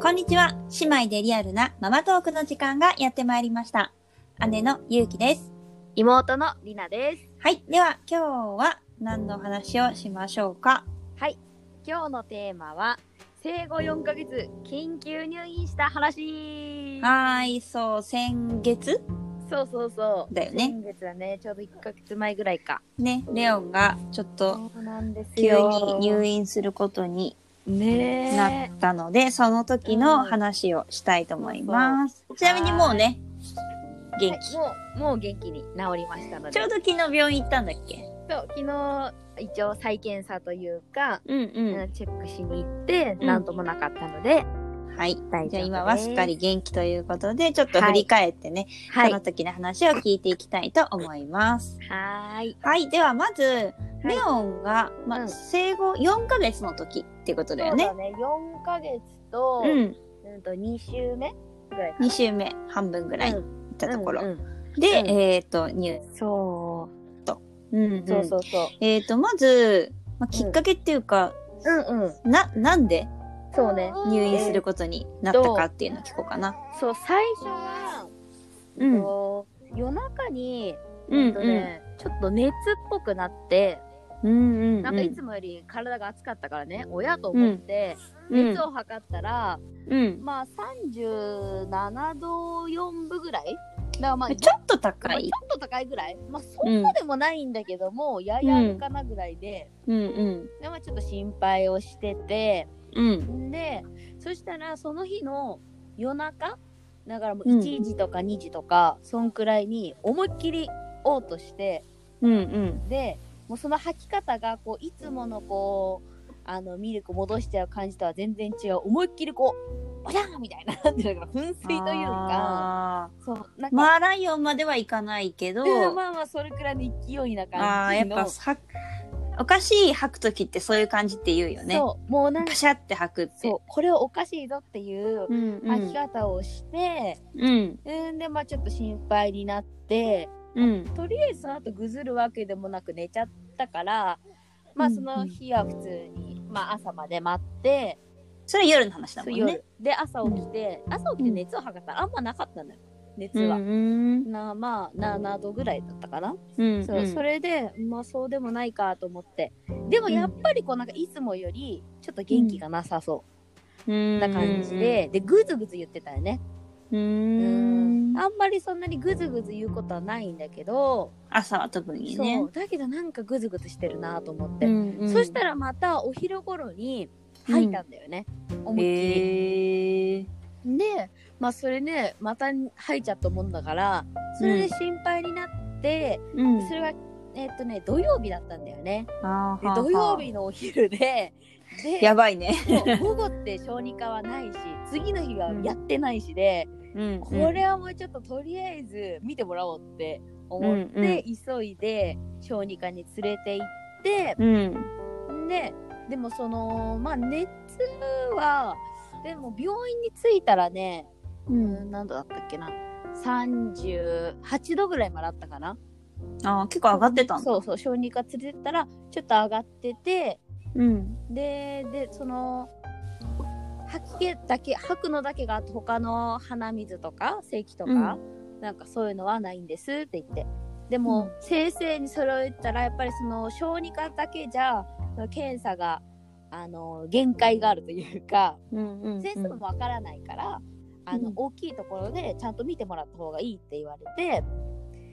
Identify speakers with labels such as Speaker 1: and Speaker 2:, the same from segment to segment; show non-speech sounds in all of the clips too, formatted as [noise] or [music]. Speaker 1: こんにちは。姉妹でリアルなママトークの時間がやってまいりました。姉のゆうきです。
Speaker 2: 妹のりなです。
Speaker 1: はい。では、今日は何の話をしましょうか
Speaker 2: 今日のテーマは生後4ヶ月緊急入院した話。
Speaker 1: はーい、そう、先月
Speaker 2: そうそうそう。
Speaker 1: だよね
Speaker 2: 先月はね、ちょうど1ヶ月前ぐらいか。
Speaker 1: ね、レオンがちょっと
Speaker 2: うなんです
Speaker 1: 急に入院することに
Speaker 2: ねえ。
Speaker 1: なったので、その時の話をしたいと思います。
Speaker 2: ん
Speaker 1: ちなみにもうね、元
Speaker 2: はい
Speaker 1: 気。
Speaker 2: もう、もう元気に治りましたので。
Speaker 1: ちょうど昨日病院行ったんだっけ
Speaker 2: そう昨日、一応再検査というか、
Speaker 1: うん
Speaker 2: う
Speaker 1: うん
Speaker 2: チェックしに行って、
Speaker 1: うん
Speaker 2: なんともなかったので、
Speaker 1: ん。はい。
Speaker 2: 大丈夫です。
Speaker 1: じゃあ今はすっかり。元気ということで、ちょっと振り返ってね、
Speaker 2: はい。
Speaker 1: その
Speaker 2: は
Speaker 1: 時の話を聞いていきたいと思います。
Speaker 2: ーい。
Speaker 1: はい、ではまず、
Speaker 2: い
Speaker 1: レオンが、ま
Speaker 2: う
Speaker 1: あ、
Speaker 2: ん
Speaker 1: 生後4ヶ月の時っていうことだよ
Speaker 2: そ
Speaker 1: ね
Speaker 2: う。だね。4ヶ月と、
Speaker 1: うん、
Speaker 2: うんと2週目ぐらいかな
Speaker 1: 2週目、半分ぐらい行
Speaker 2: う
Speaker 1: っ
Speaker 2: ん
Speaker 1: たところ。
Speaker 2: うんうん
Speaker 1: で、
Speaker 2: うん
Speaker 1: えっ、と、入、
Speaker 2: そ
Speaker 1: うん
Speaker 2: う、そうそうそう。
Speaker 1: えっ、と、まず、まあ、きっかけっていうか、
Speaker 2: うんうん。
Speaker 1: な、なんで
Speaker 2: そうね。
Speaker 1: 入院することになったかっていうのを聞こうかな。
Speaker 2: そう、最初は、
Speaker 1: うん
Speaker 2: えっと夜中に、
Speaker 1: うん
Speaker 2: えっとねちょっと熱っぽくなって、
Speaker 1: うんうんうん。
Speaker 2: なんかいつもより体が熱かったからね、親と思って、
Speaker 1: うん
Speaker 2: 熱を測ったら、
Speaker 1: うん。
Speaker 2: まあ37度4分ぐらいだからまあ、
Speaker 1: ちょっと
Speaker 2: ま
Speaker 1: 高
Speaker 2: あ
Speaker 1: い。
Speaker 2: ちょっと高いぐらいまあそんなでもないんだけども、ややあるかなぐらいで、
Speaker 1: うんうん。
Speaker 2: でまあちょっと心配をしてて、
Speaker 1: うん。
Speaker 2: でそしたらその日の夜中だからもう
Speaker 1: うん
Speaker 2: 1時とか2時とか、そんくらいに思いっきり嘔吐して
Speaker 1: うんうん。
Speaker 2: でもうその吐き方がこういつものこうあのミルク戻しちゃう感じとは全然違う思いっきりこうバタンみたいななんていうのかな噴水というか
Speaker 1: あー
Speaker 2: そ
Speaker 1: [laughs]
Speaker 2: うなんか、
Speaker 1: マーライオンまではいかないけど、
Speaker 2: うんまあまあそれくらいの勢いな
Speaker 1: あ
Speaker 2: 感
Speaker 1: あ
Speaker 2: じ
Speaker 1: やっ
Speaker 2: の
Speaker 1: ぱはおかしい吐く時ってそういう感じって言うよね。
Speaker 2: そうもうなんか
Speaker 1: パシャって吐くって。
Speaker 2: そうこれはおかしいぞっていう
Speaker 1: うんう
Speaker 2: 吐き
Speaker 1: ん
Speaker 2: 方をして、
Speaker 1: うん
Speaker 2: うん、でまあちょっと心配になって。
Speaker 1: うん
Speaker 2: とりあえずその後ぐずるわけでもなく寝ちゃったから、まあ
Speaker 1: うん
Speaker 2: その日は普通に、まあ朝まで待って、
Speaker 1: それ夜の話だもんね
Speaker 2: 夜。で朝起きて、朝起きて熱を測ったらあんまなかったのよ、熱
Speaker 1: うん
Speaker 2: は。
Speaker 1: うん
Speaker 2: なまあ7度ぐらいだったかな、
Speaker 1: うん
Speaker 2: そうそれでまあそうでもないかと思ってでもやっぱりこうなんかいつもよりちょっと元気がなさそ
Speaker 1: うん
Speaker 2: うな感じで、でぐずぐず言ってたよね、
Speaker 1: うん
Speaker 2: うん
Speaker 1: うん
Speaker 2: あんまりそんなにぐずぐず言うことはないんだけど、
Speaker 1: 朝は特にね
Speaker 2: そうだけどなんかぐずぐずしてるなと思って、そ
Speaker 1: そ
Speaker 2: したらまたお昼頃に吐いたんだよね、思いっきり。
Speaker 1: えー
Speaker 2: で、まあ、それねまた吐いちゃったもんだからそれで心配になって、
Speaker 1: うん
Speaker 2: それはえっとね土曜日だったんだよね。
Speaker 1: あー
Speaker 2: で
Speaker 1: はあ
Speaker 2: 土曜日のお昼でで
Speaker 1: やばいね。
Speaker 2: そう午後って小児科はないし次の日はやってないしで、
Speaker 1: うん
Speaker 2: これはもうちょっととりあえず見てもらおうって思って、
Speaker 1: うんうん
Speaker 2: 急いで小児科に連れて行って。
Speaker 1: うん
Speaker 2: ででもそのまあ熱はでも病院に着いたらね、
Speaker 1: う
Speaker 2: うんん、何度だったっけな38度ぐらいまであったかな
Speaker 1: あー結構上がってたんだ。
Speaker 2: そうそう小児科連れてったらちょっと上がってて
Speaker 1: うん
Speaker 2: ででその吐き気だけ吐くのだけがあって他の鼻水とか咳とか、なんかそういうのはないんですって言ってで
Speaker 1: う
Speaker 2: も、
Speaker 1: ん
Speaker 2: 先生にそれを言ったらやっぱりその小児科だけじゃその検査があの限界があるというか、
Speaker 1: うんうんうん
Speaker 2: 先生もわからないからあの、
Speaker 1: うん
Speaker 2: 大きいところでちゃんと見てもらった方がいいって言われて、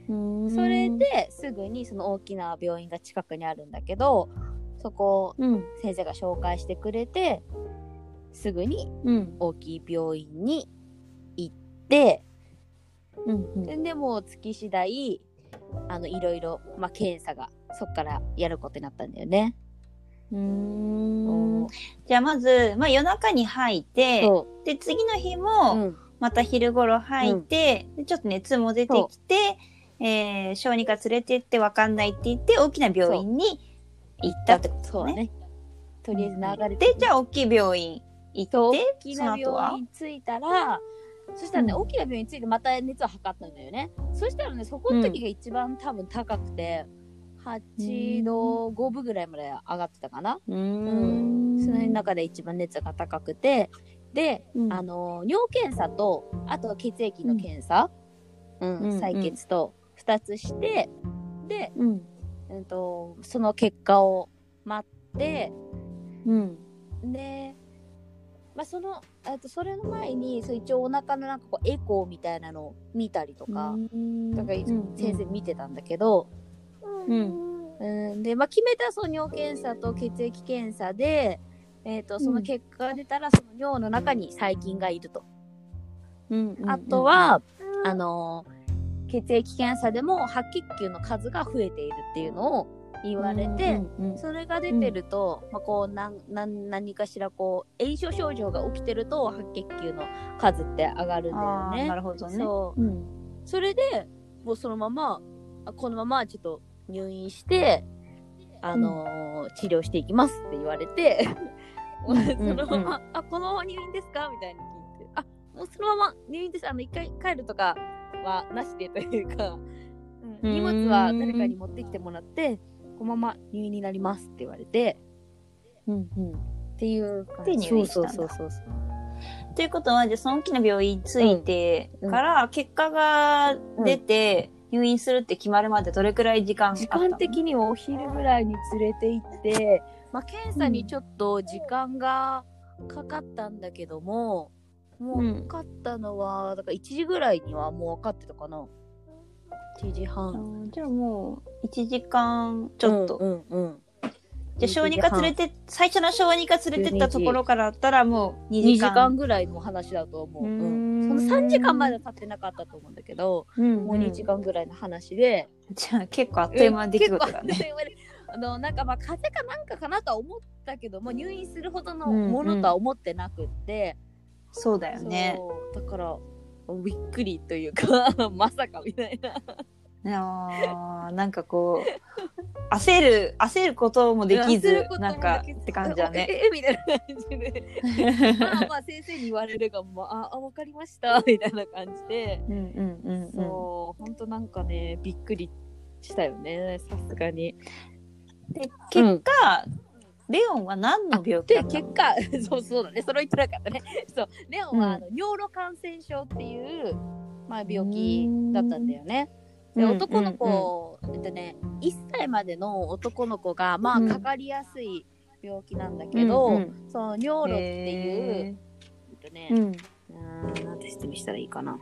Speaker 1: うん
Speaker 2: それですぐにその大きな病院が近くにあるんだけどそこを
Speaker 1: うん
Speaker 2: 先生が紹介してくれてすぐに
Speaker 1: うん
Speaker 2: 大きい病院に行って
Speaker 1: うんうん
Speaker 2: ででもう月次第あのいろいろ、まあ、検査がそっからやることになったんだよね。
Speaker 1: うーんじゃあまず、まあ、夜中に吐いて
Speaker 2: そ
Speaker 1: で次の日
Speaker 2: う、
Speaker 1: も
Speaker 2: うん
Speaker 1: また昼頃吐いて、でちょっと熱も出てきて、えー小児科連れてって分かんないって言って大きな病院に行ったってこと
Speaker 2: そう
Speaker 1: ね。
Speaker 2: ねとりあえず流れて
Speaker 1: でじゃあ大きい病院行
Speaker 2: そう
Speaker 1: って
Speaker 2: 大きな
Speaker 1: その後は
Speaker 2: 病院着いたらそしたらね、
Speaker 1: うん
Speaker 2: 大きな病院着いてまた熱を測ったんだよねそしたらねそこの時が一番多分高くて、8度5分ぐらいまで上がってたかな、
Speaker 1: うー
Speaker 2: その
Speaker 1: ん
Speaker 2: 中で一番熱が高くてで、
Speaker 1: うん
Speaker 2: あの尿検査とあと血液の検査、うん
Speaker 1: うん
Speaker 2: 採血と2つしてで、
Speaker 1: うん。
Speaker 2: うん、とその結果を待って
Speaker 1: うん。
Speaker 2: で、まあ、そのあとそれの前にそう一応お腹のなんかこうエコーみたいなのを見たりとか、
Speaker 1: うん
Speaker 2: だから
Speaker 1: うん
Speaker 2: 先生見てたんだけど、うんで、まあ、決めたその尿検査と血液検査で、えー、とその結果が出たらその尿の中に細菌がいると。
Speaker 1: うんうん
Speaker 2: あと、は、あのー血液検査でも白血球の数が増えているっていうのを言われて、
Speaker 1: うんうん
Speaker 2: それが出てると、まあ、こうなんなん何かしらこう炎症症状が起きてると白血球の数って上がるんだよ
Speaker 1: あー
Speaker 2: ね。
Speaker 1: なるほどね。
Speaker 2: そう
Speaker 1: うん。
Speaker 2: それでもうそのままあこのままちょっと入院して、あのー治療していきますって言われ [laughs] てもうそのまま、あこのまま入院ですかみたいに聞いてあもうそのまま入院ですあの一回帰るとかはなしでというか、うん、荷物は誰かに持ってきてもらってこのまま入院になりますって言われて
Speaker 1: うんうん
Speaker 2: っていう感
Speaker 1: で
Speaker 2: じ
Speaker 1: 入院したんだ
Speaker 2: そうそうそうそう
Speaker 1: ということは、じゃあその大きな病院ついて
Speaker 2: うん
Speaker 1: から、結果が出て、入院するって決まるまでどれくらい時間あった
Speaker 2: 時
Speaker 1: の
Speaker 2: 間的にはお昼ぐらいに連れて行って、まあ、検査にちょっと時間がかかったんだけども、も
Speaker 1: うん
Speaker 2: うかかったのはだから1時ぐらいにはもう分かってたかな1時
Speaker 1: あ
Speaker 2: 半
Speaker 1: ーじゃあもう、1時間ちょっと。
Speaker 2: うんうんうん
Speaker 1: じゃあ小児科連れて、最初の小児科連れてったところからだったら、もう2
Speaker 2: 2
Speaker 1: 時
Speaker 2: 時
Speaker 1: 間。
Speaker 2: 間ぐらいの話だと思う、うん
Speaker 1: うーん
Speaker 2: その3時間までは経ってなかったと思うんだけど、
Speaker 1: うん
Speaker 2: もう2時間ぐらいの話で、
Speaker 1: うんじゃあ結構あっという間に出来事だね。
Speaker 2: 結構あっという間であのなんかまあ風邪かなんかかなとは思ったけども入院するほどのものとは思ってなくって、
Speaker 1: そうだよね。
Speaker 2: そうだからびっくりというか [laughs] まさかみたいな
Speaker 1: あーなんかこう、焦る、焦ることもでき
Speaker 2: 焦る
Speaker 1: ず
Speaker 2: こ、とも
Speaker 1: な
Speaker 2: でき
Speaker 1: ん
Speaker 2: ず
Speaker 1: かって感じだ [laughs] ね。
Speaker 2: ええみたいな感じでまあまあ先生に言われるがもうああわかりましたみたいな感じで、
Speaker 1: うんうんうんうん。
Speaker 2: そう本当なんかねびっくりしたよねさすがに
Speaker 1: で
Speaker 2: う
Speaker 1: 結
Speaker 2: ん
Speaker 1: 果、レオンは何の病気だ
Speaker 2: で
Speaker 1: ったの
Speaker 2: 結果 [laughs] そうそうだねそれを言ってなかったね [laughs] そうレオンは、
Speaker 1: うん
Speaker 2: あの尿路感染症っていう、まあ、病気だったんだよね
Speaker 1: うん
Speaker 2: で男の子、えっとね1歳までの男の子がまあ
Speaker 1: うん
Speaker 2: かかりやすい病気なんだけど、
Speaker 1: うんうん
Speaker 2: その尿路っていう、
Speaker 1: へ
Speaker 2: えっとね
Speaker 1: ーうん
Speaker 2: うーんなんて説明したらいいかな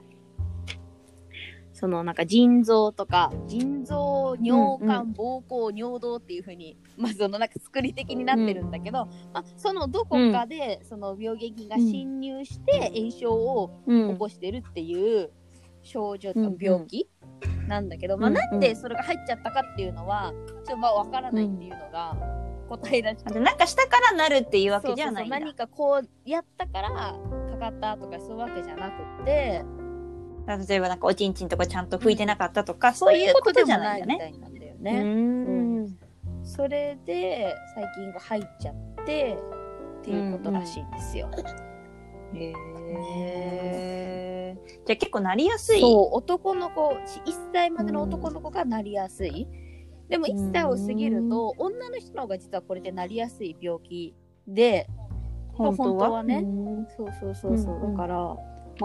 Speaker 2: そのなんか腎臓とか腎臓尿
Speaker 1: う
Speaker 2: 管膀胱尿道っていう風に、まあそのなんか作り的になってるんだけど、まあ、そのどこかでその病原菌が侵入して炎症を
Speaker 1: うん
Speaker 2: 起こしてるっていう症状と
Speaker 1: うんうん
Speaker 2: 病気なんだけど、まあ、
Speaker 1: うんうん
Speaker 2: なんでそれが入っちゃったかっていうのはちょっとまあわからないっていうのが答えらしくて
Speaker 1: あでなんかしたからなるっていうわけじゃないんだ
Speaker 2: そうそうそう何かこうやったからかかったとかそういうわけじゃなくって
Speaker 1: 例えばなんかおちんちんとかちゃんと拭いてなかったとか、そういうことじゃないんだ
Speaker 2: み
Speaker 1: ね
Speaker 2: たいなんだよ
Speaker 1: う
Speaker 2: ね。
Speaker 1: ん
Speaker 2: それで細菌が入っちゃってっていうことらしいんですよ。
Speaker 1: へーじゃあ結構なりやすい
Speaker 2: そう男の子1歳までの男の子がなりやすい。でも1歳を過ぎると女の人の方が実はこれでなりやすい病気で
Speaker 1: 本当は
Speaker 2: 本当はね
Speaker 1: うん
Speaker 2: そうそうそうそう、
Speaker 1: うんうん
Speaker 2: だから、まあ、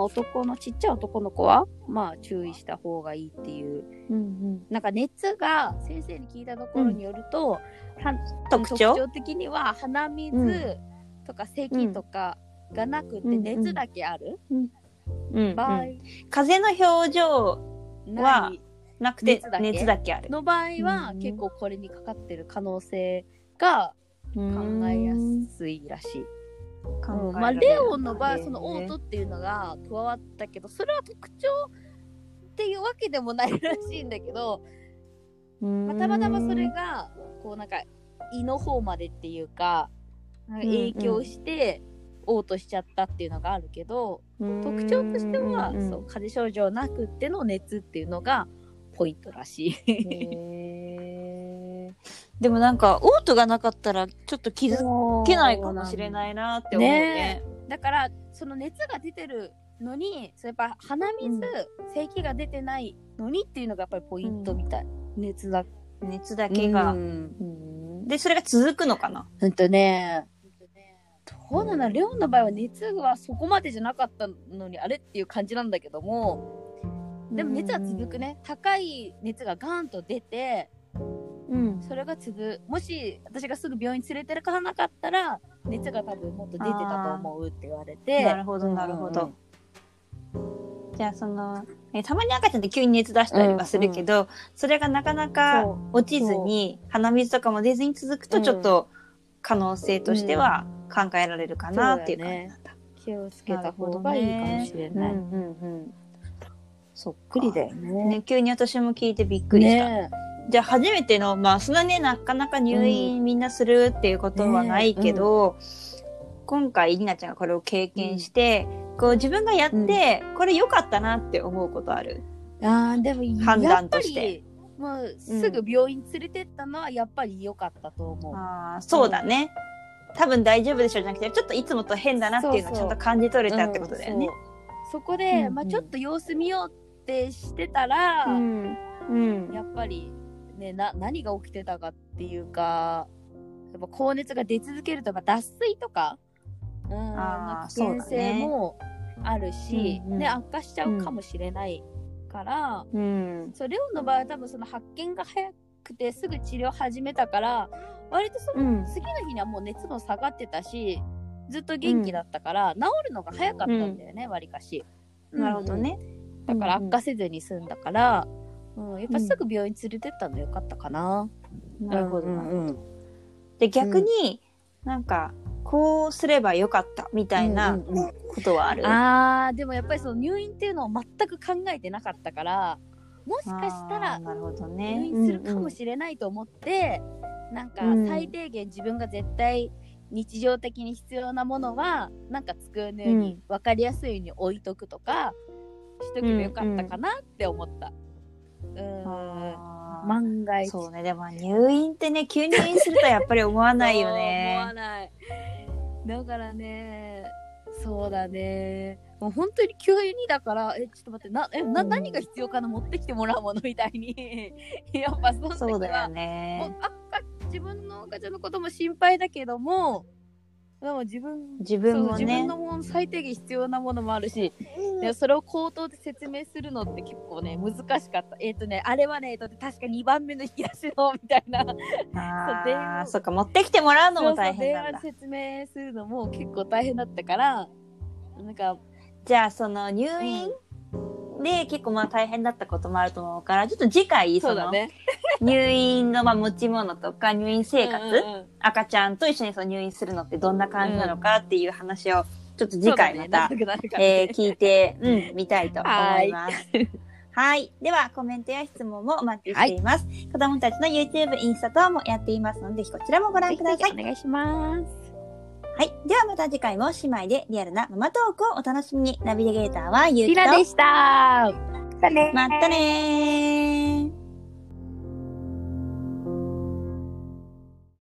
Speaker 2: 男のちっちゃい男の子はまあ注意した方がいいっていう
Speaker 1: うん
Speaker 2: なんか熱が先生に聞いたところによると、は
Speaker 1: 特徴
Speaker 2: 的には鼻水
Speaker 1: う
Speaker 2: とか咳とかがなくて
Speaker 1: うん
Speaker 2: 熱だけある
Speaker 1: うんうん
Speaker 2: 場合
Speaker 1: 風邪の表情
Speaker 2: な
Speaker 1: はいなくて
Speaker 2: 熱だけ
Speaker 1: 熱だけある
Speaker 2: の場合は
Speaker 1: うん
Speaker 2: 結構これにかかってる可能性が
Speaker 1: 考
Speaker 2: 考えやすいらしい。うんまあ、レオンの場合そのオートっていうのが加わったけどそれは特徴っていうわけでもないらしいんだけどまあたまたまそれがこうなんか胃の方までっていうかなんか影響して嘔吐しちゃったっていうのがあるけど、特徴としては、そう風邪症状なくっての熱っていうのがポイントらしい。
Speaker 1: へーでもなんか、オートがなかったら、ちょっと [laughs] 気づけないかもしれ
Speaker 2: い。
Speaker 1: ないなって思うね。
Speaker 2: だからその熱が出てるのにそうやっぱ鼻水、
Speaker 1: うん
Speaker 2: 咳が出てないのにっていうのがやっぱりポイントみたい。熱だ
Speaker 1: 熱だ
Speaker 2: け
Speaker 1: け
Speaker 2: が。
Speaker 1: が。で、それが続くのかな。
Speaker 2: うんとね、どそうなのレオンの場合は熱はそこまでじゃなかったのにあれっていう感じなんだけどもでも熱は続くね高い熱がガーンと出て
Speaker 1: うん。
Speaker 2: それが続もし私がすぐ病院に連れてかなかったら熱が多分もっと出てたと思うって言われて
Speaker 1: なるほど、なるほど。じゃあ、その、えたまに赤ちゃんって急に熱出したりはするけど、それがなかなか
Speaker 2: そ
Speaker 1: 落ちずに、鼻水とかも出ずに続くと、
Speaker 2: うん
Speaker 1: ちょっと可能性としては考えられるかなっていう感じなんだ。
Speaker 2: う気をつけた方がいいかもしれ
Speaker 1: うん
Speaker 2: ない。
Speaker 1: うんうん。そっ
Speaker 2: 不
Speaker 1: くりだよ
Speaker 2: よね
Speaker 1: ね。急に私も聞いてびっくりした。
Speaker 2: ね
Speaker 1: じゃあ初めてのまあそんなねなかなか入院みんなするっていうことはないけど、今回りなちゃんがこれを経験して、こう自分がやって、これ良かったなって思うことある
Speaker 2: えあーでも
Speaker 1: 判断として
Speaker 2: やっぱりもうすぐ病院連れてったのはやっぱり良かったと思う。
Speaker 1: あーそうだね、多分大丈夫でしょうじゃなくてちょっといつもと変だなっていうのを
Speaker 2: そう
Speaker 1: ち
Speaker 2: そ
Speaker 1: ゃ
Speaker 2: うん
Speaker 1: と感じ取れたってことだよね
Speaker 2: うん。そうそこ
Speaker 1: うん
Speaker 2: で、
Speaker 1: うん
Speaker 2: まあ、ちょっと様子見ようってしてたら、
Speaker 1: うんうん
Speaker 2: やっぱり、ね、な何が起きてたかっていうかやっぱ高熱が出続けるとか脱水とか、うん
Speaker 1: あー
Speaker 2: の
Speaker 1: そ
Speaker 2: 危険
Speaker 1: うだね
Speaker 2: 性もあるし、
Speaker 1: うんうん
Speaker 2: ね、悪化しちゃうかもしれないから、
Speaker 1: うん
Speaker 2: そうレオンの場合は多分その発見が早くてすぐ治療始めたから割とその
Speaker 1: うん
Speaker 2: 次の日にはもう熱も下がってたしずっと元気だったから、治るのが早かったんだよねわり、かし。
Speaker 1: なるほどね。
Speaker 2: うんうん。だから悪化
Speaker 1: 化
Speaker 2: せずに済んだから、うんやっぱすぐ病院連れてったのよかったかな。
Speaker 1: なるほどな。
Speaker 2: うんうん
Speaker 1: で逆に、なんかこうすれば良かったみたいな
Speaker 2: うんうんうん
Speaker 1: ことはある、
Speaker 2: あーでもやっぱりその入院っていうのを全く考えてなかったからもしかした
Speaker 1: あ
Speaker 2: ら
Speaker 1: ーなるほどね
Speaker 2: 入院するかもしれないと思って、なんか
Speaker 1: うん
Speaker 2: 最低限自分が絶対日常的に必要なものはなんか机の上に分かりやすいように置いとくとか、しとけばよかったかなって思った。うん、
Speaker 1: あー
Speaker 2: 万が一
Speaker 1: そうねでも入院ってね急に入院するとやっぱり思わないよ
Speaker 2: そう思わ
Speaker 1: ね。
Speaker 2: ない。だからね、そうだね。もう本当に急にだから、え、ちょっと待って、な、え、な、
Speaker 1: うん
Speaker 2: 何が必要かな持ってきてもらうものみたいに。 [laughs] やっぱその時は
Speaker 1: そうだよ
Speaker 2: もう
Speaker 1: ね。
Speaker 2: 赤自分の赤ちゃんのことも心配だけども、でも自分、
Speaker 1: 自分
Speaker 2: そ
Speaker 1: も
Speaker 2: う自
Speaker 1: ね
Speaker 2: 分のもの最低限必要なものもあるし、でそれを口頭で説明するのって結構ね、難しかった。えっ、とね、あれはね、えっと確か2番目の引き出しの、みたいな。そう電
Speaker 1: ああ
Speaker 2: 話
Speaker 1: そっか持ってきてもらうの
Speaker 2: そう
Speaker 1: も
Speaker 2: そ
Speaker 1: 大
Speaker 2: う電
Speaker 1: 変なん
Speaker 2: 話
Speaker 1: だ
Speaker 2: で。説明するのも結構大変だったからなんか
Speaker 1: じゃあその入院で結構まあ大変だったこともあると思うからちょっと次回
Speaker 2: そ
Speaker 1: そう
Speaker 2: だ
Speaker 1: の
Speaker 2: ね
Speaker 1: 入院のまあ持ち物とか入院生活、
Speaker 2: うんうん
Speaker 1: 赤ちゃんと一緒にその入院するのってどんな感じなのかっていう話をちょっと次回また
Speaker 2: そうだね長くなるからね [laughs]
Speaker 1: えー聞いて、うん、見たいと思います。はい。では、コメントや質問もお待ちしています。子供たちの YouTube、インスタ等もやっていますので、ぜひこちらもご覧ください。
Speaker 2: ぜひお願いします
Speaker 1: はい。では、また次回も姉妹でリアルなママトークをお楽しみに。ナビゲーターはゆうき
Speaker 2: リ
Speaker 1: と。
Speaker 2: ラでしたまたね
Speaker 1: またねー。